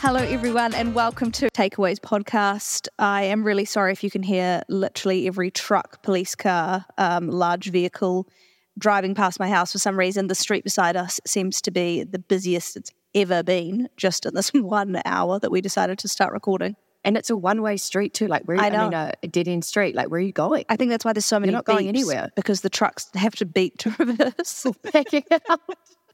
Hello, everyone, and welcome to Takeaways Podcast. I am really sorry if you can hear literally every truck, police car, um, large vehicle driving past my house. For some reason, the street beside us seems to be the busiest it's ever been just in this one hour that we decided to start recording. And it's a one way street too. Like where I I, know. mean, a, a dead end street. Like where are you going? I think that's why there's so many not going beeps, anywhere. because the trucks have to beep to reverse. Packing it up.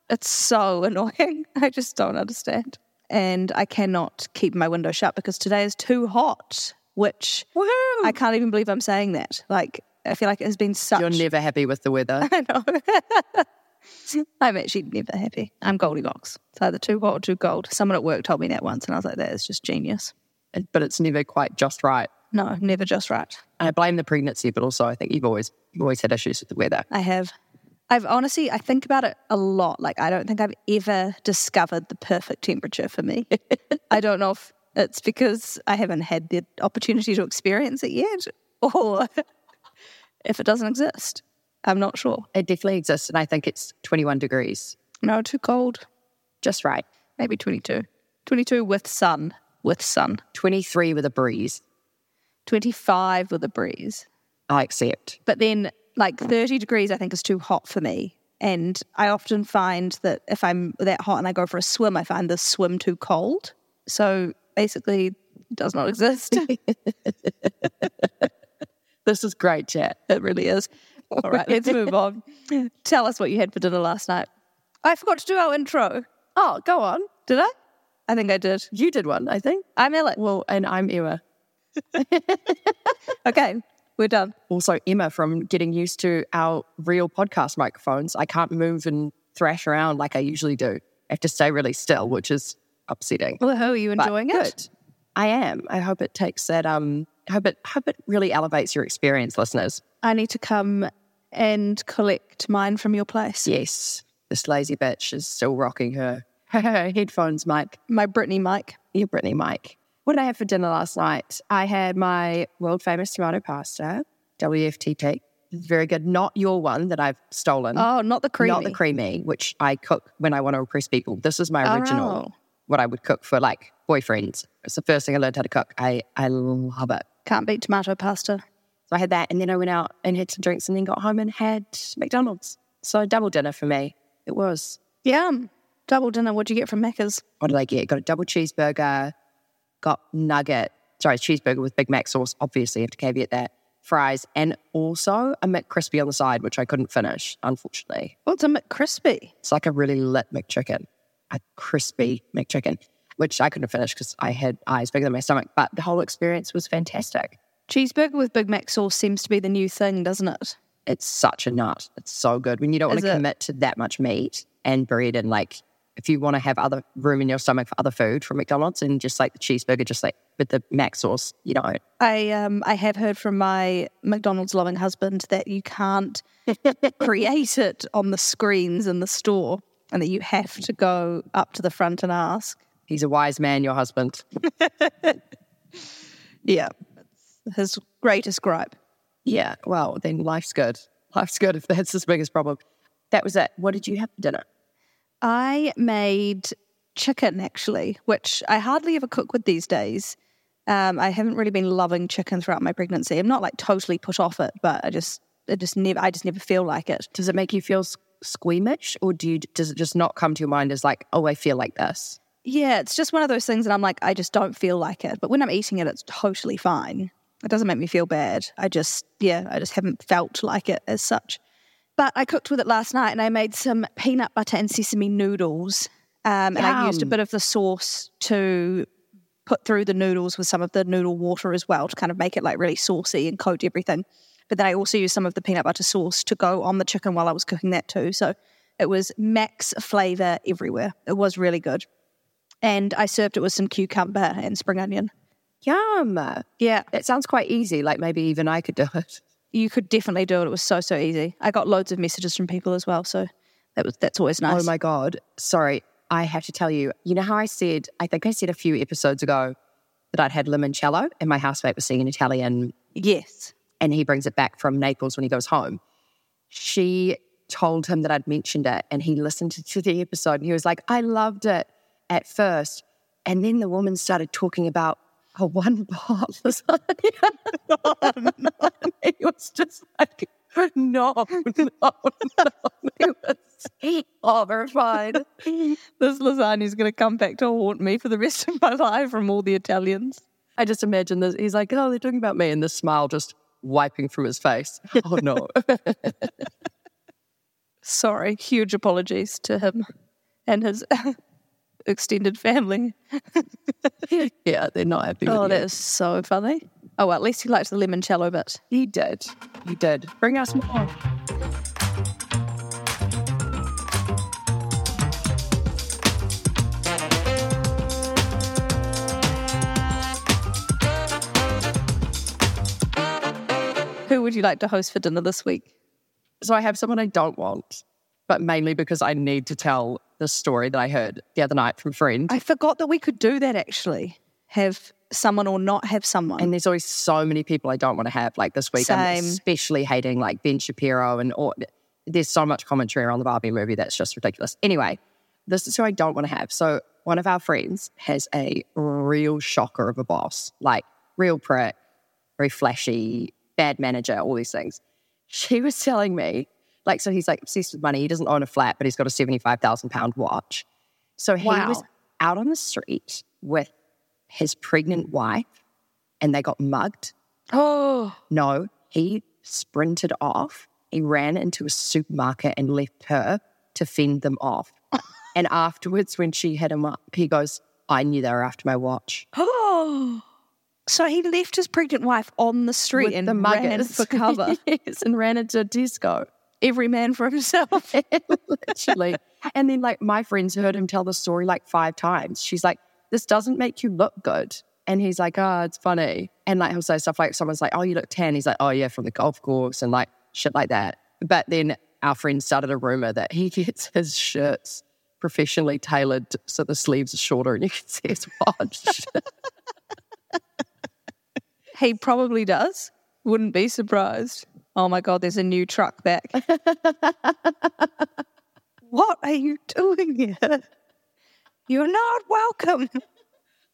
It's so annoying. I just don't understand. And I cannot keep my window shut because today is too hot, which Woohoo! I can't even believe I'm saying that. Like, I feel like it has been such. You're never happy with the weather. I know. I'm actually never happy. I'm Goldilocks. It's either too hot or too cold. Someone at work told me that once, and I was like, that is just genius. and- but it's never quite just right. No, never just right. And I blame the pregnancy, but also I think you've always you've always had issues with the weather. I have. I've honestly, I think about it a lot. Like, I don't think I've ever discovered the perfect temperature for me. I don't know if it's because I haven't had the opportunity to experience it yet or if it doesn't exist. I'm not sure. It definitely exists, and I think it's 21 degrees, No, too cold. just right. Maybe 22. 22 with sun, with sun. 23 with a breeze. 25 with a breeze. I accept. But then, like 30 degrees, I think is too hot for me. And I often find that if I'm that hot and I go for a swim, I find the swim too cold. So basically, it does not exist. This is great chat. it really is. All right, let's move on. Tell us what you had for dinner last night. I forgot to do our intro. Oh, go on. Did I? I think I did. You did one, I think. I'm Alex. Well, and I'm Emma. Okay, we're done. also Emma from getting used to our real podcast microphones. I can't move and thrash around like I usually do. I have to stay really still, which is upsetting. Well, how are you But enjoying it? good. I am. I hope it takes that. Um, I hope it. I Hope it really elevates your experience, listeners. I need to come and collect mine from your place. Yes, this lazy bitch is still rocking her headphones mic. My Brittany mic. Yeah, Brittany Mike. What did I have for dinner last night? I had my world famous tomato pasta, WFTT. It's Very good. Not your one that I've stolen. Oh, not the creamy. Not the creamy, which I cook when I want to impress people. This is my original, Oh. what I would cook for like boyfriends. It's the first thing I learned how to cook. I, I love it. Can't beat tomato pasta. So I had that. And then I went out and had some drinks and then got home and had McDonald's. So a double dinner for me. It was. Yeah. Double dinner. What'd you get from Macca's? What did I get? Got a double cheeseburger, got nugget, sorry, cheeseburger with Big Mac sauce. Obviously, have to caveat that. Fries and also a McCrispy on the side, which I couldn't finish, unfortunately. What's a McCrispy? It's like a really lit McChicken, a crispy McChicken, which I couldn't finish because I had eyes bigger than my stomach. But the whole experience was fantastic. Cheeseburger with Big Mac sauce seems to be the new thing, doesn't it? It's such a nut. It's so good. When you don't want Is to it? commit to that much meat and bread, and like if you want to have other room in your stomach for other food from McDonald's and just like the cheeseburger, just like with the mac sauce, you know, I um I have heard from my McDonald's loving husband that you can't create it on the screens in the store and that you have to go up to the front and ask. he's a wise man, your husband. Yeah. It's his greatest gripe. Yeah. Well, then life's good. Life's good if that's his biggest problem. That was it. What did you have for dinner? I made chicken actually, which I hardly ever cook with these days. Um, I haven't really been loving chicken throughout my pregnancy. I'm not like totally put off it, but I just, I just never, I just never feel like it. Does it make you feel s- squeamish, or do you, does it just not come to your mind as like, oh, I feel like this? Yeah, it's just one of those things that I'm like, I just don't feel like it. But when I'm eating it, it's totally fine. It doesn't make me feel bad. I just, yeah, I just haven't felt like it as such. But I cooked with it last night and I made some peanut butter and sesame noodles. Um, and I used a Yum. bit of the sauce to put through the noodles with some of the noodle water as well to kind of make it like really saucy and coat everything. But then I also used some of the peanut butter sauce to go on the chicken while I was cooking that too. So it was max flavor everywhere. It was really good. And I served it with some cucumber and spring onion. Yum. Yeah, That sounds quite easy. Like maybe even I could do it. you could definitely do it. It was so so easy. I got loads of messages from people as well, so that was that's always nice. Oh my God. Sorry. I have to tell you, you know how I said, I think I said a few episodes ago that I'd had limoncello and my housemate was singing Italian yes. and he brings it back from Naples when he goes home. She told him that I'd mentioned it and he listened to the episode and he was like, I loved it at first, And then the woman started talking about a one pot lasagna. "Oh, it was just like, no, no, no. It was horrified. This lasagna is going to come back to haunt me for the rest of my life from all the Italians. I just imagine this. He's like, oh, they're talking about me. And this smile just wiping from his face. Oh, no. Sorry, huge apologies to him and his extended family. yeah, they're not happy. Oh, with you. that is so funny. Oh, well, at least he liked the limoncello bit. He did. He did. Bring us more. Who would you like to host for dinner this week? So I have someone I don't want, but mainly because I need to tell the story that I heard the other night from a friend. I forgot that we could do that actually. Have someone or not have someone. And there's always so many people I don't want to have. Like this week, I'm Same. especially hating like Ben Shapiro and all, there's so much commentary around the Barbie movie that's just ridiculous. Anyway, this is who I don't want to have. So one of our friends has a real shocker of a boss, like real prick, very flashy, bad manager, all these things. She was telling me, like, so he's like obsessed with money. He doesn't own a flat, but he's got a seventy-five thousand pound watch. So he Wow. was out on the street with his pregnant wife and they got mugged. oh, No, he sprinted off. He ran into a supermarket and left her to fend them off. and afterwards, when she hit him up, he goes, I knew they were after my watch. oh. So he left his pregnant wife on the street With and the muggers. ran for cover. yes, and ran into a disco. Every man for himself. Literally. and then, like, my friends heard him tell the story like five times. She's like, This doesn't make you look good. And he's like, Oh, it's funny. And like, he'll say stuff like, Someone's like, Oh, you look tan. He's like, Oh, yeah, from the golf course and like shit like that. But then our friend started a rumor that he gets his shirts professionally tailored so the sleeves are shorter and you can see his watch. he probably does. Wouldn't be surprised. Oh my God, there's a new truck back. what are you doing here? You're not welcome.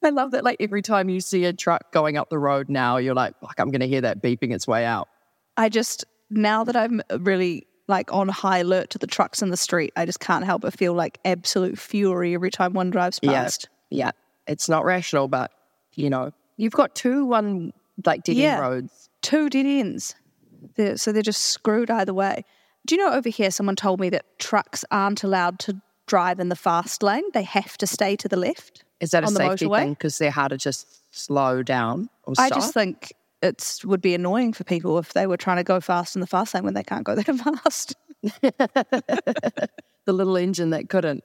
I love that. Like, every time you see a truck going up the road now, you're like, Fuck, I'm going to hear that beeping its way out. I just now that I'm really like on high alert to the trucks in the street, I just can't help but feel like absolute fury every time one drives Yeah. past. Yeah. It's not rational, but you know, you've got two one like dead Yeah. end roads. Two dead ends. They're, so they're just screwed either way. Do you know over here someone told me that trucks aren't allowed to drive in the fast lane? They have to stay to the left. Is that a On the safety motorway? thing? Because they're hard to just slow down or I stop. just think it would be annoying for people if they were trying to go fast in the fast lane when they can't go that fast. the little engine that couldn't.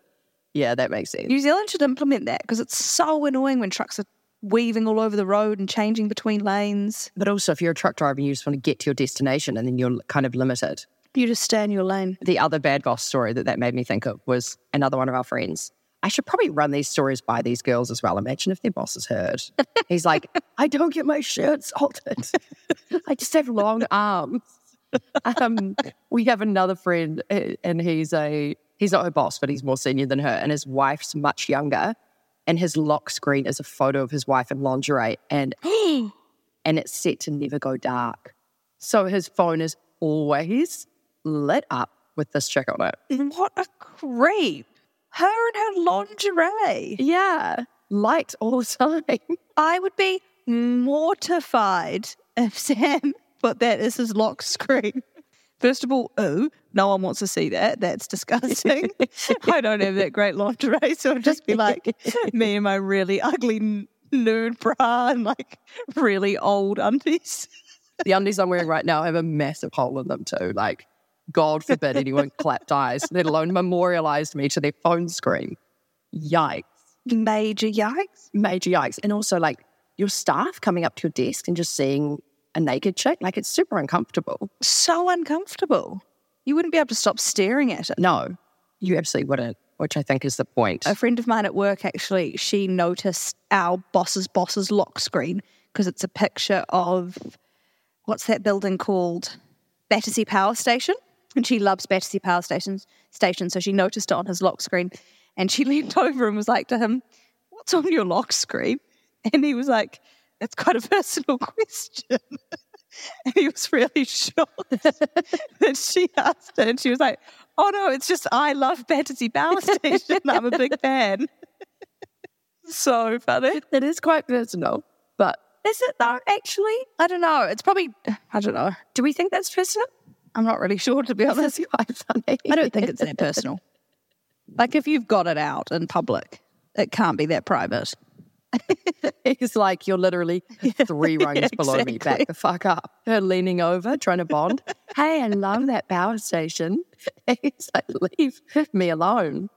Yeah, that makes sense. New Zealand should implement that because it's so annoying when trucks are weaving all over the road and changing between lanes. But also, if you're a truck driver, and you just want to get to your destination, and then you're kind of limited. You just stay in your lane. The other bad boss story that that made me think of was another one of our friends. I should probably run these stories by these girls as well. Imagine if their boss has heard. He's like, I don't get my shirt salted. I just have long arms. Um, we have another friend, eh, and he's a he's not her boss, but he's more senior than her, and his wife's much younger. And his lock screen is a photo of his wife in lingerie, and and it's set to never go dark. So his phone is always lit up with this chick on it. What a creep. Her and her lingerie. Yeah. Light all the time. I would be mortified if Sam put that as his lock screen. First of all, ooh, no one wants to see that. That's disgusting. I don't have that great lingerie, so it'd just be like me and my really ugly n- nude bra and like really old undies. The undies I'm wearing right now have a massive hole in them too. Like, God forbid anyone clapped eyes, let alone memorialized me to their phone screen. Yikes. Major yikes. Major yikes. And also like your staff coming up to your desk and just seeing a naked chick, like it's super uncomfortable. So uncomfortable. You wouldn't be able to stop staring at it. No, you absolutely wouldn't, which I think is the point. A friend of mine at work actually, she noticed our boss's boss's lock screen because it's a picture of what's that building called? Battersea Power Station. And she loves Battersea Power Station, station so she noticed it on his lock screen and she leaned over and was like to him, What what's on your lock screen? And he was like, that's quite a personal question. and he was really shocked that she asked it. And she was like, oh no, it's just I love Battersea Power Station. I'm a big fan. so funny. It is quite personal, but Is it though, actually? I don't know. It's probably, I don't know. do we think that's personal? I'm not really sure, to be honest. That's quite funny. I don't think it's that personal. Like if you've got it out in public, it can't be that private. He's like, you're literally three rungs below me. exactly. Back the fuck up. Her leaning over, trying to bond. hey, I love that power station. He's like, leave me alone.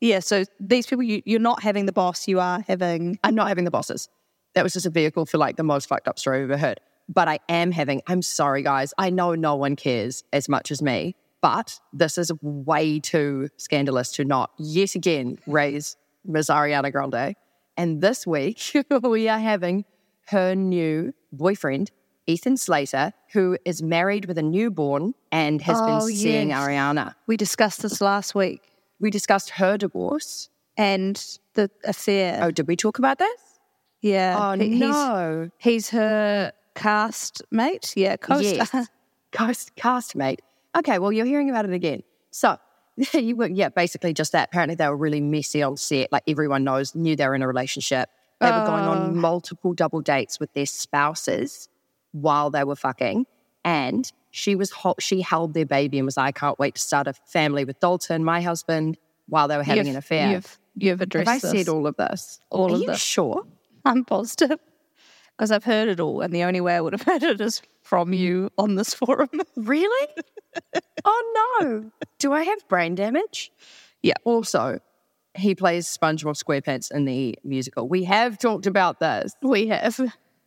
Yeah. So these people, you, you're not having the boss. You are having. I'm not having the bosses. That was just a vehicle for like the most fucked up story I've ever heard. But I am having, I'm sorry, guys. I know no one cares as much as me, but this is way too scandalous to not yet again raise Miss Ariana Grande. And this week, we are having her new boyfriend, Ethan Slater, who is married with a newborn and has Oh, been seeing yes. Ariana. We discussed this last week We discussed her divorce. and the affair. Oh, did we talk about this? yeah. Oh, he- no. He's, he's her cast mate. Yeah. Co-star. Yes. Cast, castmate. Okay, well, you're hearing about it again. So, you were, yeah, basically just that. Apparently, they were really messy on set. Like, everyone knows, knew they were in a relationship. They were going Oh. on multiple double dates with their spouses while they were fucking. And she was hot, she held their baby and was like, I can't wait to start a family with Dalton, my husband, while they were having an affair. You've, you've addressed Have I this. said all of this? All Are of you this. sure? I'm positive because I've heard it all, and the only way I would have heard it is from you on this forum. Really? oh no. Do I have brain damage? Yeah. Also, he plays SpongeBob SquarePants in the musical. We have talked about this. we have.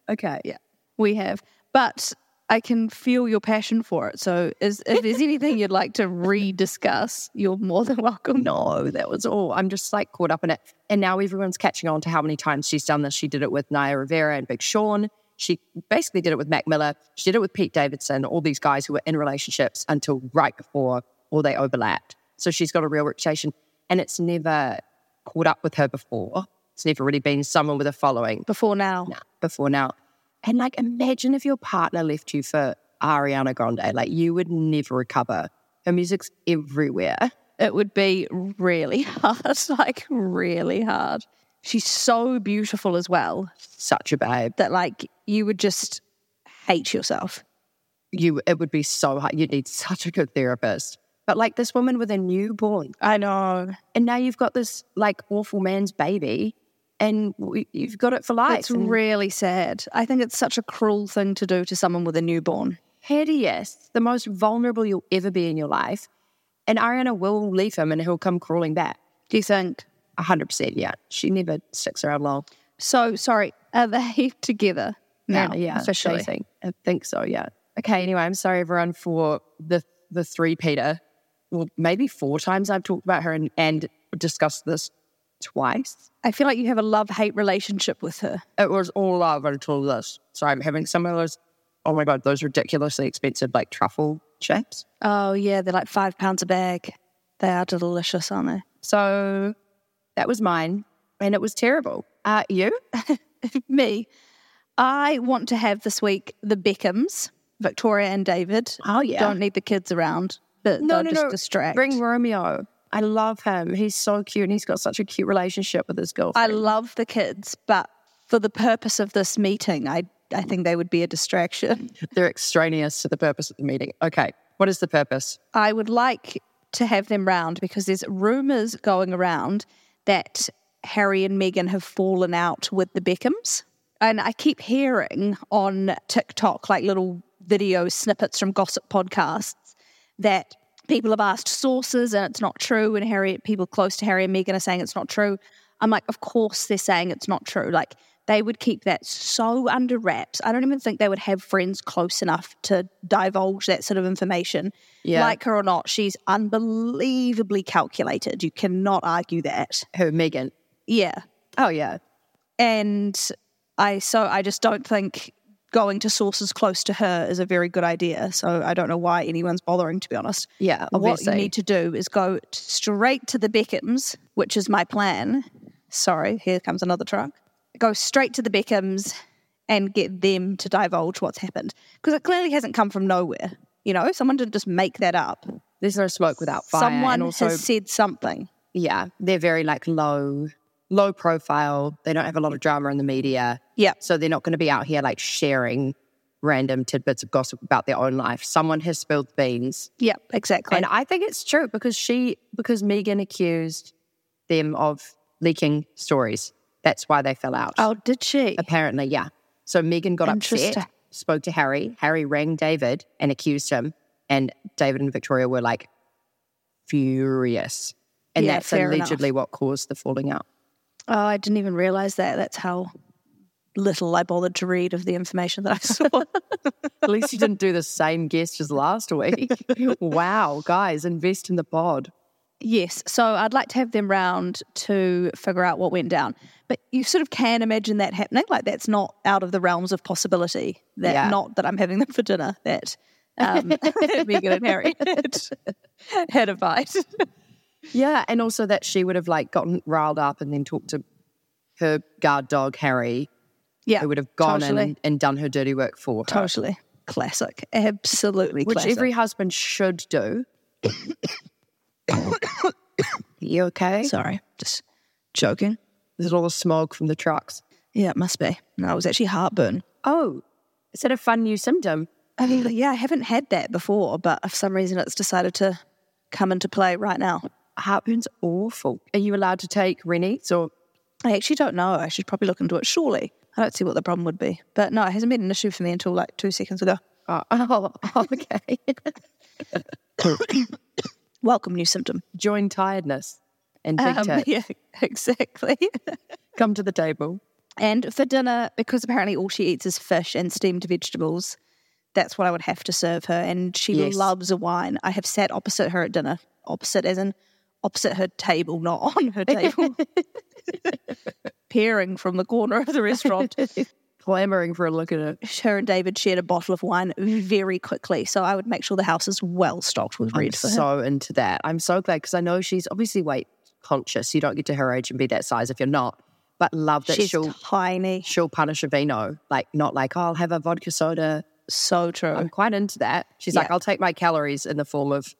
Okay. Yeah. We have, but I can feel your passion for it. So, is, if there's anything you'd like to rediscuss, you're more than welcome. No, Oh, that was all. I'm just like caught up in it. And now everyone's catching on to how many times she's done this. She did it with Naya Rivera and Big Sean. She basically did it with Mac Miller. She did it with Pete Davidson, all these guys who were in relationships until right before or they overlapped. So she's got a real reputation and it's never caught up with her before. It's never really been someone with a following. Before now, now- before now. And like, imagine if your partner left you for Ariana Grande, like, you would never recover. Her music's everywhere. it would be really hard, like really hard. She's so beautiful as well Such a babe. that, like, you would just hate yourself. You, it would be so hard. You'd need such a good therapist. But like this woman with a newborn, I know. and now you've got this like awful man's baby, and w- you've got it for life. It's and really sad. I think it's such a cruel thing to do to someone with a newborn. hideous, the most vulnerable you'll ever be in your life. And Ariana will leave him, and he'll come crawling back. Do you think? hundred percent. Yeah, she never sticks around long. So sorry. Are they together now? officially. dating. I think so. Yeah. Okay. Anyway, I'm sorry everyone for the the three Peter. Well, maybe four times I've talked about her and, and discussed this twice. I feel like you have a love hate relationship with her. It was all love until this. So I'm having some of those. Oh my god, those ridiculously expensive like truffle chips. Oh yeah, they're like five pounds a bag. They are delicious, aren't they? So that was mine, and it was terrible. Uh, you? Me, I want to have this week the Beckhams, Victoria and David. Oh yeah. Don't need the kids around, but they'll No, no, just no. distract. Bring Romeo. I love him. He's so cute and he's got such a cute relationship with his I girlfriend. love the kids, but for the purpose of this meeting, I I think they would be a distraction. They're extraneous to the purpose of the meeting. Okay. What is the purpose? I would like to have them round because there's rumors going around that Harry and Meghan have fallen out with the Beckhams. And I keep hearing on TikTok, like little video snippets from gossip podcasts, that people have asked sources and it's not true. And Harry, people close to Harry and Meghan are saying it's not true. I'm like, of course they're saying it's not true. Like they would keep that so under wraps. I don't even think they would have friends close enough to divulge that sort of information. Yeah. Like her or not, she's unbelievably calculated. You cannot argue that. Who, Megan? Yeah. Oh, yeah. And I so I just don't think going to sources close to her is a very good idea. So I don't know why anyone's bothering to be honest. Yeah, What you obviously. need to do is go t- straight to the Beckhams, which is my plan. sorry, here comes another truck. Go straight to the Beckhams and get them to divulge what's happened. Because it clearly hasn't come from nowhere. You know, someone didn't just make that up. There's no smoke without fire. Someone and also, has said something. yeah, they're very like low, low profile. They don't have a lot of drama in the media. Yeah. So they're not going to be out here like sharing random tidbits of gossip about their own life. Someone has spilled the beans. Yep, exactly. And I think it's true because she, because Megan accused them of leaking stories. That's why they fell out. oh, did she? Apparently, yeah. So Megan got Interesting. upset, spoke to Harry. Harry rang David and accused him. And David and Victoria were like furious. And Yeah, that's fair enough. allegedly what caused the falling out. Oh, I didn't even realize that. That's how little I bothered to read of the information that I saw. At least you didn't do the same guest as last week. wow, guys, invest in the pod. Yes. So I'd like to have them round to figure out what went down. But you sort of can imagine that happening. Like that's not out of the realms of possibility. That Yeah. not that I'm having them for dinner. That um, Megan and Harry had, had a bite. Yeah, and also that she would have like gotten riled up and then talked to her guard dog Harry, Yeah. who would have gone totally, in and done her dirty work for her, Totally. Classic. Absolutely which classic. every husband should do. you okay? Sorry. Just joking. There's all the smoke from the trucks. Yeah, it must be. No, it was actually heartburn. Oh, is that a fun new symptom? I mean, yeah, I haven't had that before, but for some reason it's decided to come into play right now. Heartburn's awful. Are you allowed to take Renetes or I actually don't know. I should probably look into it. Surely, I don't see what the problem would be. But no, it hasn't been an issue for me until like two seconds ago. oh, oh okay. Welcome, new symptom. Join tiredness and big Um, tit. yeah, exactly. Come to the table. and for dinner, because apparently all she eats is fish and steamed vegetables, that's what I would have to serve her. And she Yes. loves a wine. I have sat opposite her at dinner, opposite as in opposite her table, not on her table. Peering from the corner of the restaurant. Clamoring for a look at it. her and David shared a bottle of wine very quickly. So I would make sure the house is well stocked with red for her. so into that. I'm so glad because I know she's obviously weight conscious. You don't get to her age and be that size if you're not. But love that She's she'll tiny. she'll punish a vino, like not like oh, I'll have a vodka soda. So true. I'm quite into that. She's like, Yeah. I'll take my calories in the form of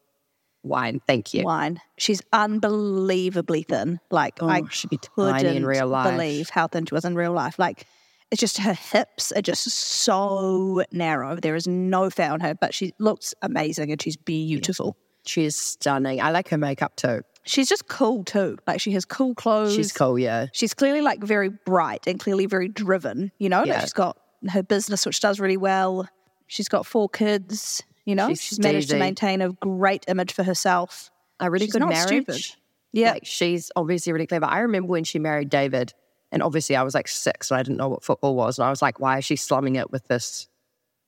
wine. Thank you. Wine. She's unbelievably thin. Like I Oh, she'd be couldn't tiny in real life. believe how thin she was in real life. Like it's just her hips are just so narrow. There is no fat on her, but she looks amazing and she's beautiful. She is stunning. I like her makeup too. She's just cool too. Like she has cool clothes. She's cool, yeah. she's clearly like very bright and clearly very driven. You know, like Yeah. she's got her business which does really well. She's got four kids. You know, She's she's, managed to steady. maintain a great image for herself. A really She's good not marriage. stupid. Yeah, Like she's obviously really clever. I remember when she married David, and obviously I was like six and I didn't know what football was, and I was like, why is she slumming it with this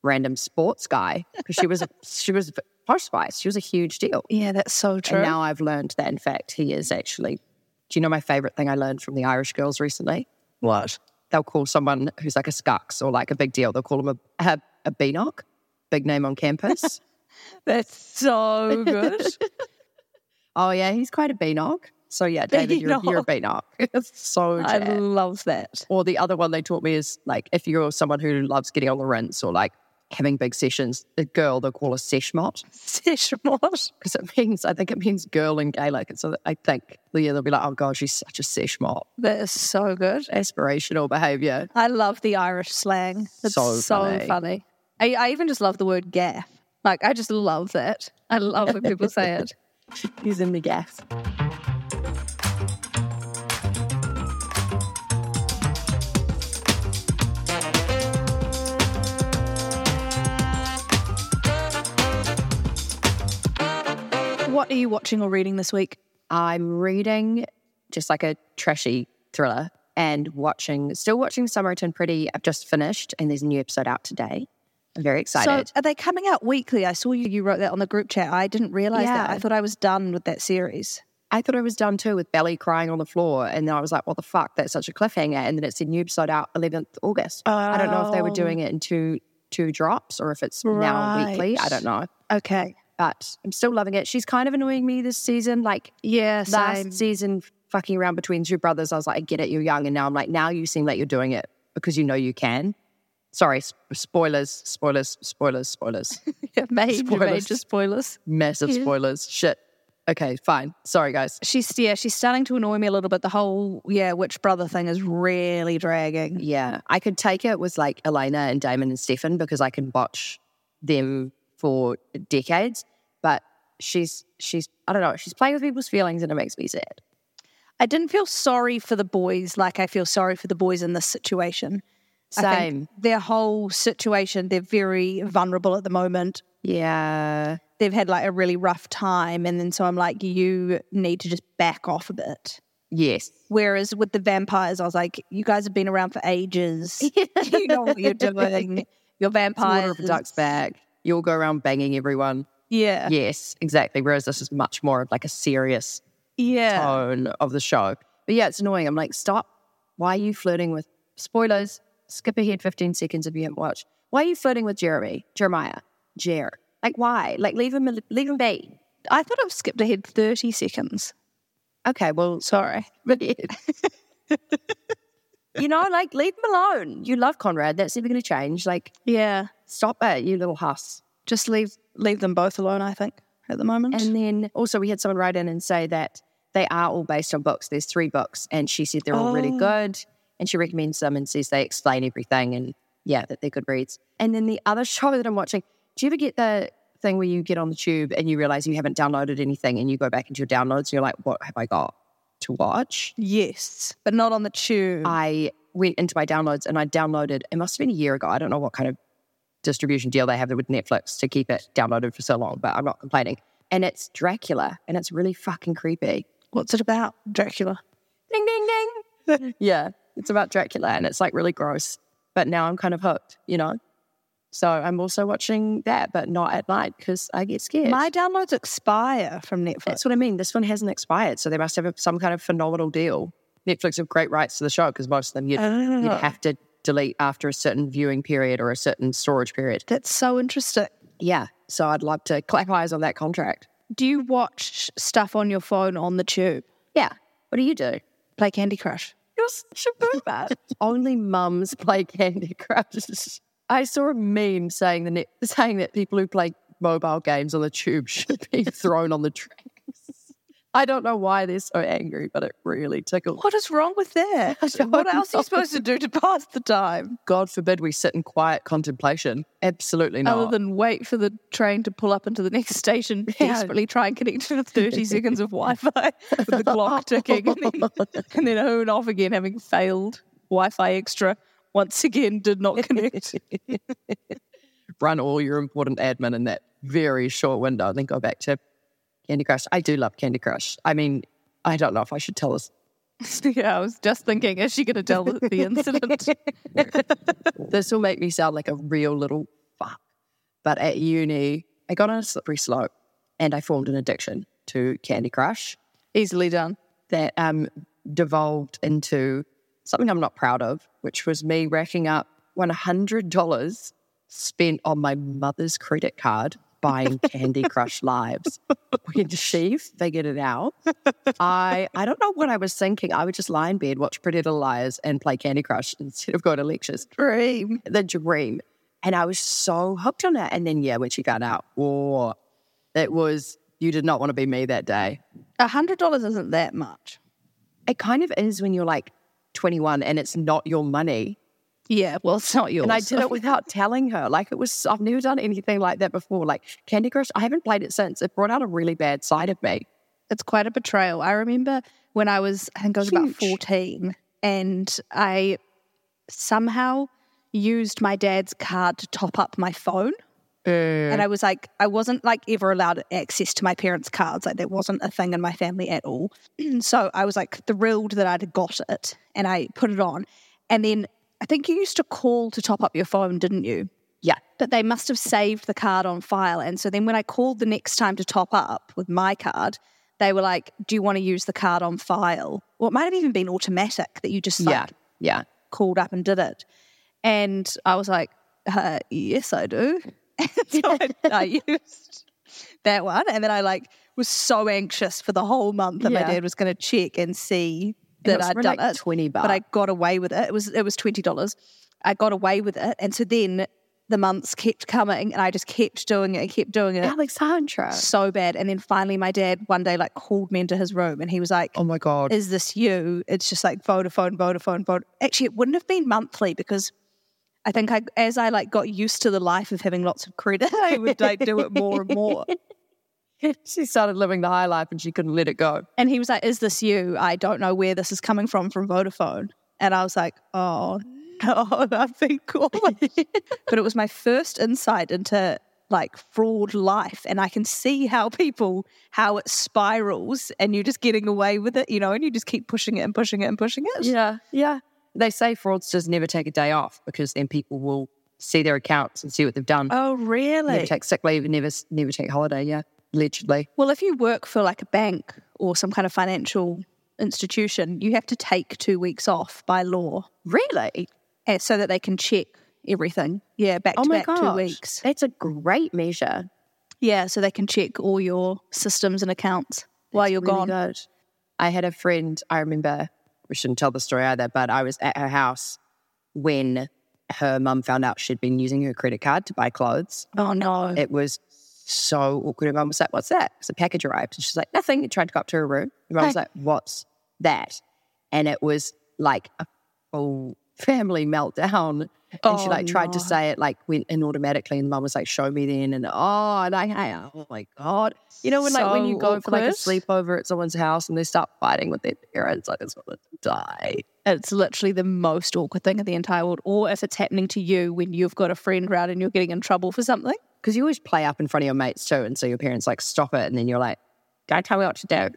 random sports guy? Because she was she was posh spice. She was a huge deal. yeah, that's so true. And now I've learned that in fact he is actually. Do you know my favorite thing I learned from the Irish girls recently? what? They'll call someone who's like a scux or like a big deal. They'll call them a a, a beanock, big name on campus. That's so good. oh yeah, he's quite a beanock. So yeah, David, you're, you're a beanock. It's so I jazz. love that. Or the other one they taught me is like if you're someone who loves getting on the rinse or like having big sessions, a girl they'll call a seshmot Seshmot. because it means I think it means girl in Gaelic. And so I think yeah they'll be like, oh god, she's such a seshmot. That is so good. Aspirational behaviour. I love the Irish slang. It's So so, funny. funny. I, I even just love the word gaff. Like, I just love that. I love when people say it. He's in the gas. What are you watching or reading this week? I'm reading just like a trashy thriller and watching, still watching Summerton Pretty. I've just finished, and there's a new episode out today. I'm very excited. So are they coming out weekly? I saw you you wrote that on the group chat. I didn't realize that. Yeah. I thought I was done with that series. I thought I was done too with Belly crying on the floor, and then I was like, "What the fuck? That's such a cliffhanger!" And then it's a new episode out 11th August. I don't know if they were Oh. doing it in two two drops or if it's now weekly. I Right. don't know, Okay. but I'm still loving it. She's kind of annoying me this season. Like Yeah, last season fucking around between two brothers. I was like, I get it, you're young. And now I'm like, now you seem like you're doing it because you know you can. Sorry, sp- spoilers, spoilers, spoilers, spoilers. major, Spoilers. major spoilers. Massive Yeah. spoilers. Shit. Okay, fine. Sorry, guys. She's yeah, she's starting to annoy me a little bit. The whole yeah, witch brother thing is really dragging. Yeah, I could take it with like Elena and Damon and Stefan because I can botch them for decades. But she's she's I don't know. She's playing with people's feelings and it makes me sad. I didn't feel sorry for the boys like I feel sorry for the boys in this situation. I think Same. their whole situation, they're very vulnerable at the moment. Yeah. They've had like a really rough time. And then so I'm like, you need to just back off a bit. Yes. Whereas with the vampires, I was like, you guys have been around for ages. you know what you're doing. You're Water vampires. of a duck's back. You'll go around banging everyone. Yeah. Yes, exactly. Whereas this is much more of like a serious Yeah. tone of the show. But yeah, it's annoying. I'm like, stop. Why are you flirting with spoilers? Skip ahead 15 seconds if you haven't watched. Why are you flirting with Jeremy, Jeremiah, Jer? Like, why? Like, leave him, leave him be. I thought I've skipped ahead 30 seconds. Okay, well, Sorry. you know, like, leave him alone. You love Conrad. That's never going to change. Like, Yeah. stop it, you little huss. Just leave leave them both alone, I think, at the moment. And then also, we had someone write in and say that they are all based on books. There's three books, and she said they're all really Oh. good. And she recommends them and says they explain everything and yeah, that they're good reads. And then the other show that I'm watching, do you ever get the thing where you get on the tube and you realize you haven't downloaded anything and you go back into your downloads and you're like, what have I got to watch? yes. But not on the tube. I went into my downloads and I downloaded, it must have been a year ago. I don't know what kind of distribution deal they have with Netflix to keep it downloaded for so long, but I'm not complaining. And it's Dracula and it's really fucking creepy. What's it about? Dracula. Ding, ding, ding. yeah, it's about Dracula and it's like really gross. But now I'm kind of hooked, you know? So I'm also watching that, but not at night because I get scared. My downloads expire from Netflix. That's what I mean. This one hasn't expired. So they must have a- some kind of phenomenal deal. Netflix have great rights to the show because most of them you'd, you'd Oh. have to delete after a certain viewing period or a certain storage period. That's so interesting. Yeah. So I'd love to clap eyes on that contract. Do you watch stuff on your phone on the tube? Yeah. What do you do? Play Candy Crush. You're such a boomer. Only mums play Candy Crush. I saw a meme saying the net, saying that people who play mobile games on the tube should be thrown on the tracks. I don't know why they're so angry, but it really tickles. What is wrong with that? don't What else are know. you supposed to do to pass the time God forbid we sit in quiet contemplation. Absolutely not. other than wait for the train to pull up into the next station, Yeah. desperately try and connect to the 30 seconds of Wi Fi with the clock ticking and then, and then on and off again, having failed Wi Fi extra once again did not connect. Run all your important admin in that very short window and then go back to Candy Crush. I do love Candy Crush. I mean, I don't know if I should tell this. yeah, I was just thinking, is she going to tell the, the incident? This will make me sound like a real little fuck. But at uni, I got on a slippery slope and I formed an addiction to Candy Crush Easily done. that um, devolved into something I'm not proud of, which was me racking up $100 spent on my mother's credit card buying Candy Crush Lives. When she figured it out, I I don't know what I was thinking. I would just lie in bed, watch Pretty Little Liars, and play Candy Crush instead of going to lectures. Dream. The dream. And I was so hooked on it. And then, yeah, when she found out, oh, it was, you did not want to be me that day A hundred dollars isn't that much. it kind of is when you're like 21 and it's not your money. Yeah, well, it's not yours. And I did it without telling her. Like it was, I've never done anything like that before. Like Candy Crush, I haven't played it since. It brought out a really bad side of me. it's quite a betrayal. I remember when I was, I think I was about Huge. 14, and I somehow used my dad's card to top up my phone. Mm. And I was like, I wasn't like ever allowed access to my parents' cards. Like, that wasn't a thing in my family at all. so I was like thrilled that I'd got it and I put it on. And then I think you used to call to top up your phone, didn't you? Yeah. but they must have saved the card on file. And so then when I called the next time to top up with my card, they were like, Do you want to use the card on file? Or it might have even been automatic that you just like Yeah. Yeah. called up and did it. And I was like, uh, Yes, I do. And so I, I used that one. And then I like was so anxious for the whole month that Yeah. my dad was going to check and see And it that was I'd for, done like, it. 20 But baht. I got away with it. It was it was twenty dollars. I got away with it, and so then the months kept coming, and I just kept doing it and kept doing it. Alexandra. So bad. And then finally, my dad one day like called me into his room, and he was like, Oh my God. is this you? It's just like Vodafone, Vodafone, Vodafone. Actually, it wouldn't have been monthly because I think I, as I like got used to the life of having lots of credit, I would like do it more and more. she started living the high life and she couldn't let it go. And he was like, "Is this you? I don't know where this is coming from from Vodafone." And I was like, "Oh no, I've been caught." but it was my first insight into like fraud life, and I can see how people how it spirals, and you're just getting away with it, you know, and you just keep pushing it and pushing it and pushing it. Yeah. Yeah. They say fraudsters never take a day off because then people will see their accounts and see what they've done. Oh, really? never take sick leave, never never take holiday. Yeah. Allegedly. Well, if you work for like a bank or some kind of financial institution, you have to take two weeks off by law Really? eh, so that they can check everything. Yeah, back Oh to my back god. two weeks. That's a great measure. Yeah, so they can check all your systems and accounts while you're gone. really good. I had a friend, I remember, we shouldn't tell the story either, but I was at her house when her mum found out she'd been using her credit card to buy clothes. Oh no. It was so awkward. Her mum was like, What's that? It's a package arrived. And she's like, Nothing. And tried to go up to her room. Her mum was Hey. like, What's that? And it was like a full family meltdown. And Oh, she like tried to no. say it like went in automatically and mum was like, Show me then and oh and I hey, oh my God. You know when like when you So go for like a awkward. sleepover at someone's house and they start fighting with their parents, I just want to die. It's literally the most awkward thing in the entire world. Or if it's happening to you when you've got a friend round and you're getting in trouble for something. Because you always play up in front of your mates too, and so your parents like stop it and then you're like, Don't tell me what to do.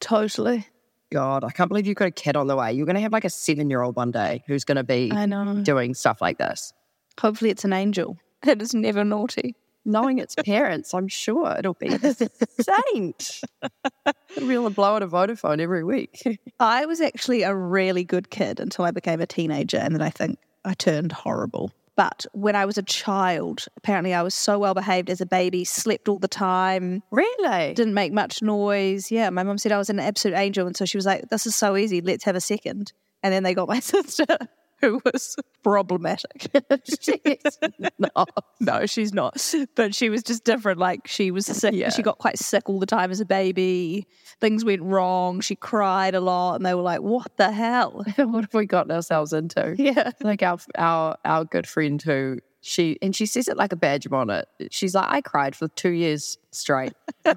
Totally. God, I can't believe you've got a kid on the way. You're going to have like a seven year old one day who's going to be I know. doing stuff like this. Hopefully it's an angel. It is never naughty. Knowing its parents, I'm sure it'll be the saint. It'll be able to blow out a Vodafone every week. I was actually a really good kid until I became a teenager, and then I think I turned horrible. But when I was a child, apparently I was so well behaved as a baby, slept all the time, Really? didn't make much noise. Yeah, my mum said I was an absolute angel, and so she was like, "This is so easy. Let's have a second. And then they got my sister, who was problematic. no. no, she's not, but she was just different. Like she was sick. Yeah. She got quite sick all the time as a baby. Things went wrong. She cried a lot, and they were like, "What the hell." What have we gotten ourselves into? Yeah. Like our our our good friend who she and she says it like a badge of honor. She's like, I cried for two years straight.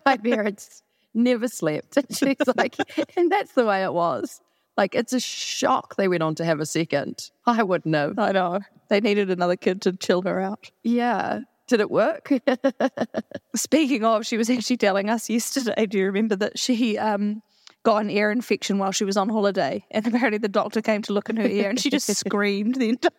My parents never slept. And she's like, and that's the way it was. Like it's a shock they went on to have a second. I wouldn't have. I know. uh, They needed another kid to chill her out. Yeah. Did it work? Speaking of, she was actually telling us yesterday, do you remember that she um got an ear infection while she was on holiday and apparently the doctor came to look in her ear and she just screamed the entire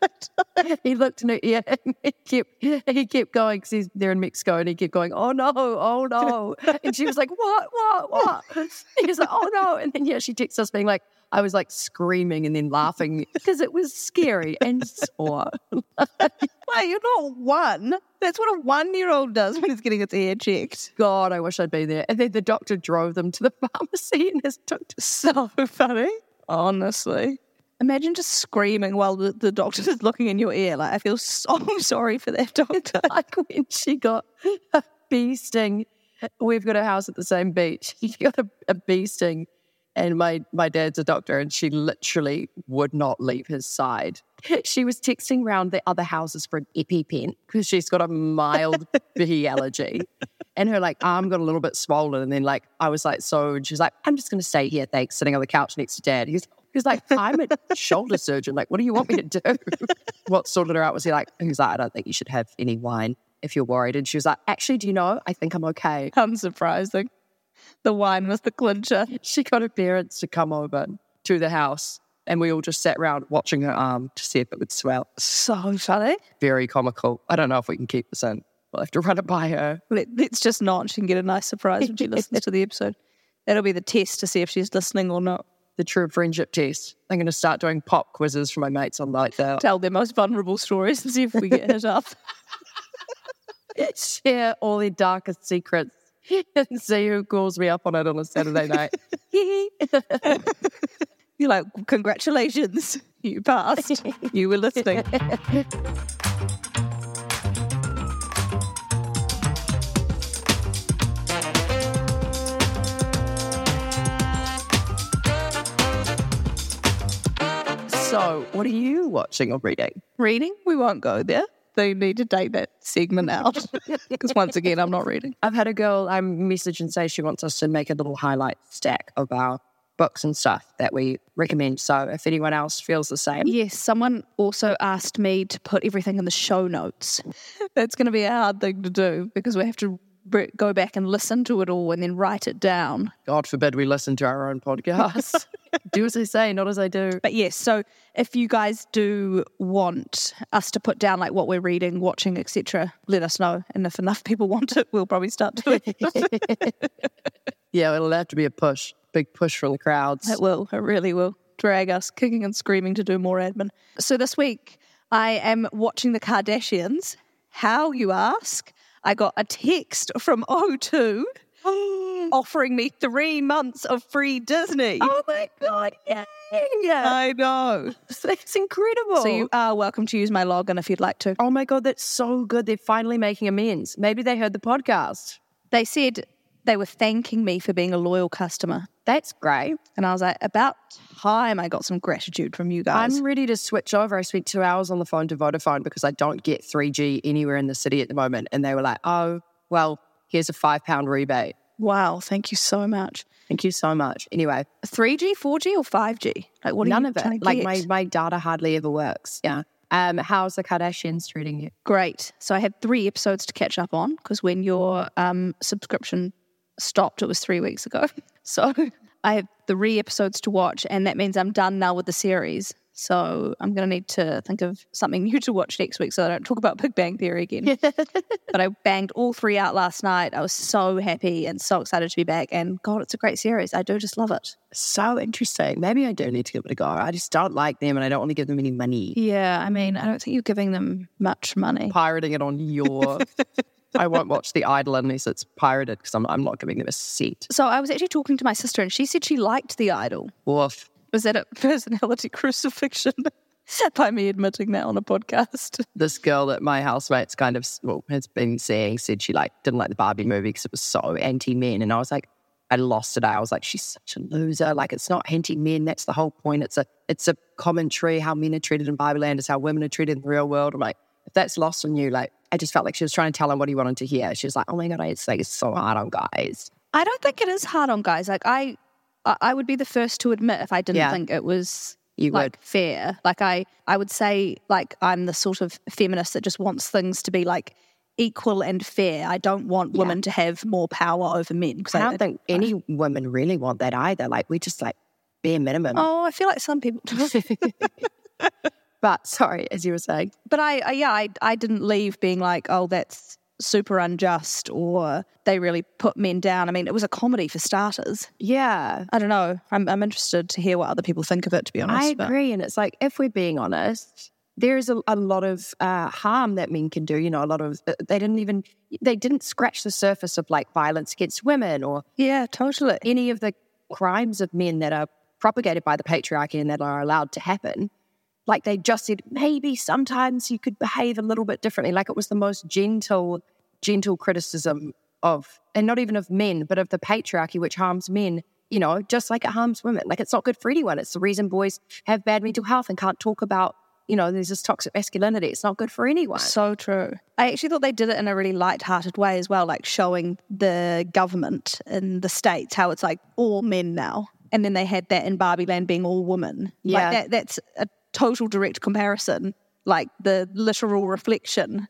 time. he looked in her ear and he kept he kept going because he's there in Mexico and he kept going, oh no, oh no. And she was like, what, what, what? And he was like, oh no. And then yeah, she texts us being like, I was like screaming and then laughing because it was scary and oh, sore. Wait, you're not one. That's what a one year old does when it's getting its ear checked. God, I wish I'd been there. And then the doctor drove them to the pharmacy and this took So funny. Honestly. Imagine just screaming while the, the doctor is looking in your ear. Like, I feel so sorry for that doctor. like when she got a bee sting. We've got a house at the same beach. She got a, a bee sting, and my my dad's a doctor, and she literally would not leave his side. She was texting round the other houses for an EpiPen because she's got a mild bee allergy, and her like arm got a little bit swollen. And then like I was like, so and she's like, I'm just going to stay here, thanks, sitting on the couch next to dad. He's he's like, I'm a shoulder surgeon. Like, what do you want me to do? what sorted her out was he like, he was like, I don't think you should have any wine if you're worried. And she was like, actually, do you know? I think I'm okay. Unsurprising. The wine was the clincher. She got her parents to come over to the house and we all just sat around watching her arm to see if it would swell. So funny. Very comical. I don't know if we can keep this in. We'll have to run it by her. Let, let's just not. She can get a nice surprise when she listens to the episode. That'll be the test to see if she's listening or not. The true friendship test. I'm going to start doing pop quizzes for my mates on like that. Tell their most vulnerable stories and see if we get hit up. Share all their darkest secrets and see who calls me up on it on a Saturday night. You're like, congratulations, you passed. you were listening. so, what are you watching or reading? reading, we won't go there. They need to take that segment out because once again, I'm not reading. I've had a girl I message and say she wants us to make a little highlight stack of our books and stuff that we recommend. So if anyone else feels the same, Yes, someone also asked me to put everything in the show notes. That's going to be a hard thing to do because we have to re- go back and listen to it all and then write it down. God forbid we listen to our own podcast. do as I say, not as I do. But yes, so if you guys do want us to put down like what we're reading, watching, etc., let us know. And if enough people want it, we'll probably start doing it. Yeah, it'll have to be a push, big push from the crowds. It will. It really will drag us kicking and screaming to do more admin. So this week, I am watching The Kardashians. How, you ask? I got a text from O2 offering me three months of free Disney. Oh my God. Yeah. I know. That's incredible. So you are welcome to use my login if you'd like to. oh my God, that's so good. They're finally making amends. Maybe they heard the podcast. They said they were thanking me for being a loyal customer. That's great. And I was like, about time I got some gratitude from you guys. I'm ready to switch over. I spent two hours on the phone to Vodafone because I don't get 3G anywhere in the city at the moment. And they were like, oh, well, here's a five pound rebate. wow, thank you so much. Thank you so much. Anyway, 3G, 4G, or 5G? Like, what none are you of trying it. to Like get? my, my data hardly ever works. Yeah. Um, how's the Kardashians treating you? Great. So I had three episodes to catch up on because when your um, subscription stopped, it was three weeks ago. So I have three episodes to watch, and that means I'm done now with the series. So I'm going to need to think of something new to watch next week so I don't talk about Big Bang Theory again. but I banged all three out last night. I was so happy and so excited to be back. And God, it's a great series. I do just love it. So interesting. Maybe I do need to give it a go. I just don't like them and I don't want to give them any money. Yeah. I mean, I don't think you're giving them much money. Pirating it on your. I won't watch The Idol unless it's pirated because I'm, I'm not giving them a cent. So I was actually talking to my sister, and she said she liked The Idol. Woof. Was that a personality crucifixion by me admitting that on a podcast? this girl that my housemates kind of well has been seeing said she like didn't like the Barbie movie because it was so anti men, and I was like, I lost it. I was like, she's such a loser. Like it's not anti men. That's the whole point. It's a it's a commentary how men are treated in Barbie land is how women are treated in the real world. I'm like, if that's lost on you, like I just felt like she was trying to tell him what he wanted to hear. She was like, oh my god, it's like it's so hard on guys. I don't think it is hard on guys. Like I, I I would be the first to admit if I didn't Yeah. think it was You like fair. Like I, I would say like I'm the sort of feminist that just wants things to be like equal and fair. I don't want women to have more power over men. 'cause would. I don't think any women really want that either. Like we just like bare minimum. Oh, I feel like some people do. But sorry, as you were saying, but I, I yeah, I, I didn't leave being like, oh, that's super unjust or they really put men down. I mean, it was a comedy for starters. yeah. I don't know. I'm, I'm interested to hear what other people think of it, to be honest. I but- agree. And it's like, if we're being honest, there is a, a lot of uh, harm that men can do. You know, a lot of, uh, they didn't even, they didn't scratch the surface of like violence against women or yeah, totally. any of the crimes of men that are propagated by the patriarchy and that are allowed to happen. Like they just said, maybe sometimes you could behave a little bit differently. Like it was the most gentle, gentle criticism of, and not even of men, but of the patriarchy, which harms men, you know, just like it harms women. Like it's not good for anyone. It's the reason boys have bad mental health and can't talk about, you know, there's this toxic masculinity. It's not good for anyone. So true. I actually thought they did it in a really light-hearted way as well, like showing the government in the states how it's like all men now, and then they had that in Barbie Land being all women. Yeah. like that, that's a total direct comparison, like the literal reflection,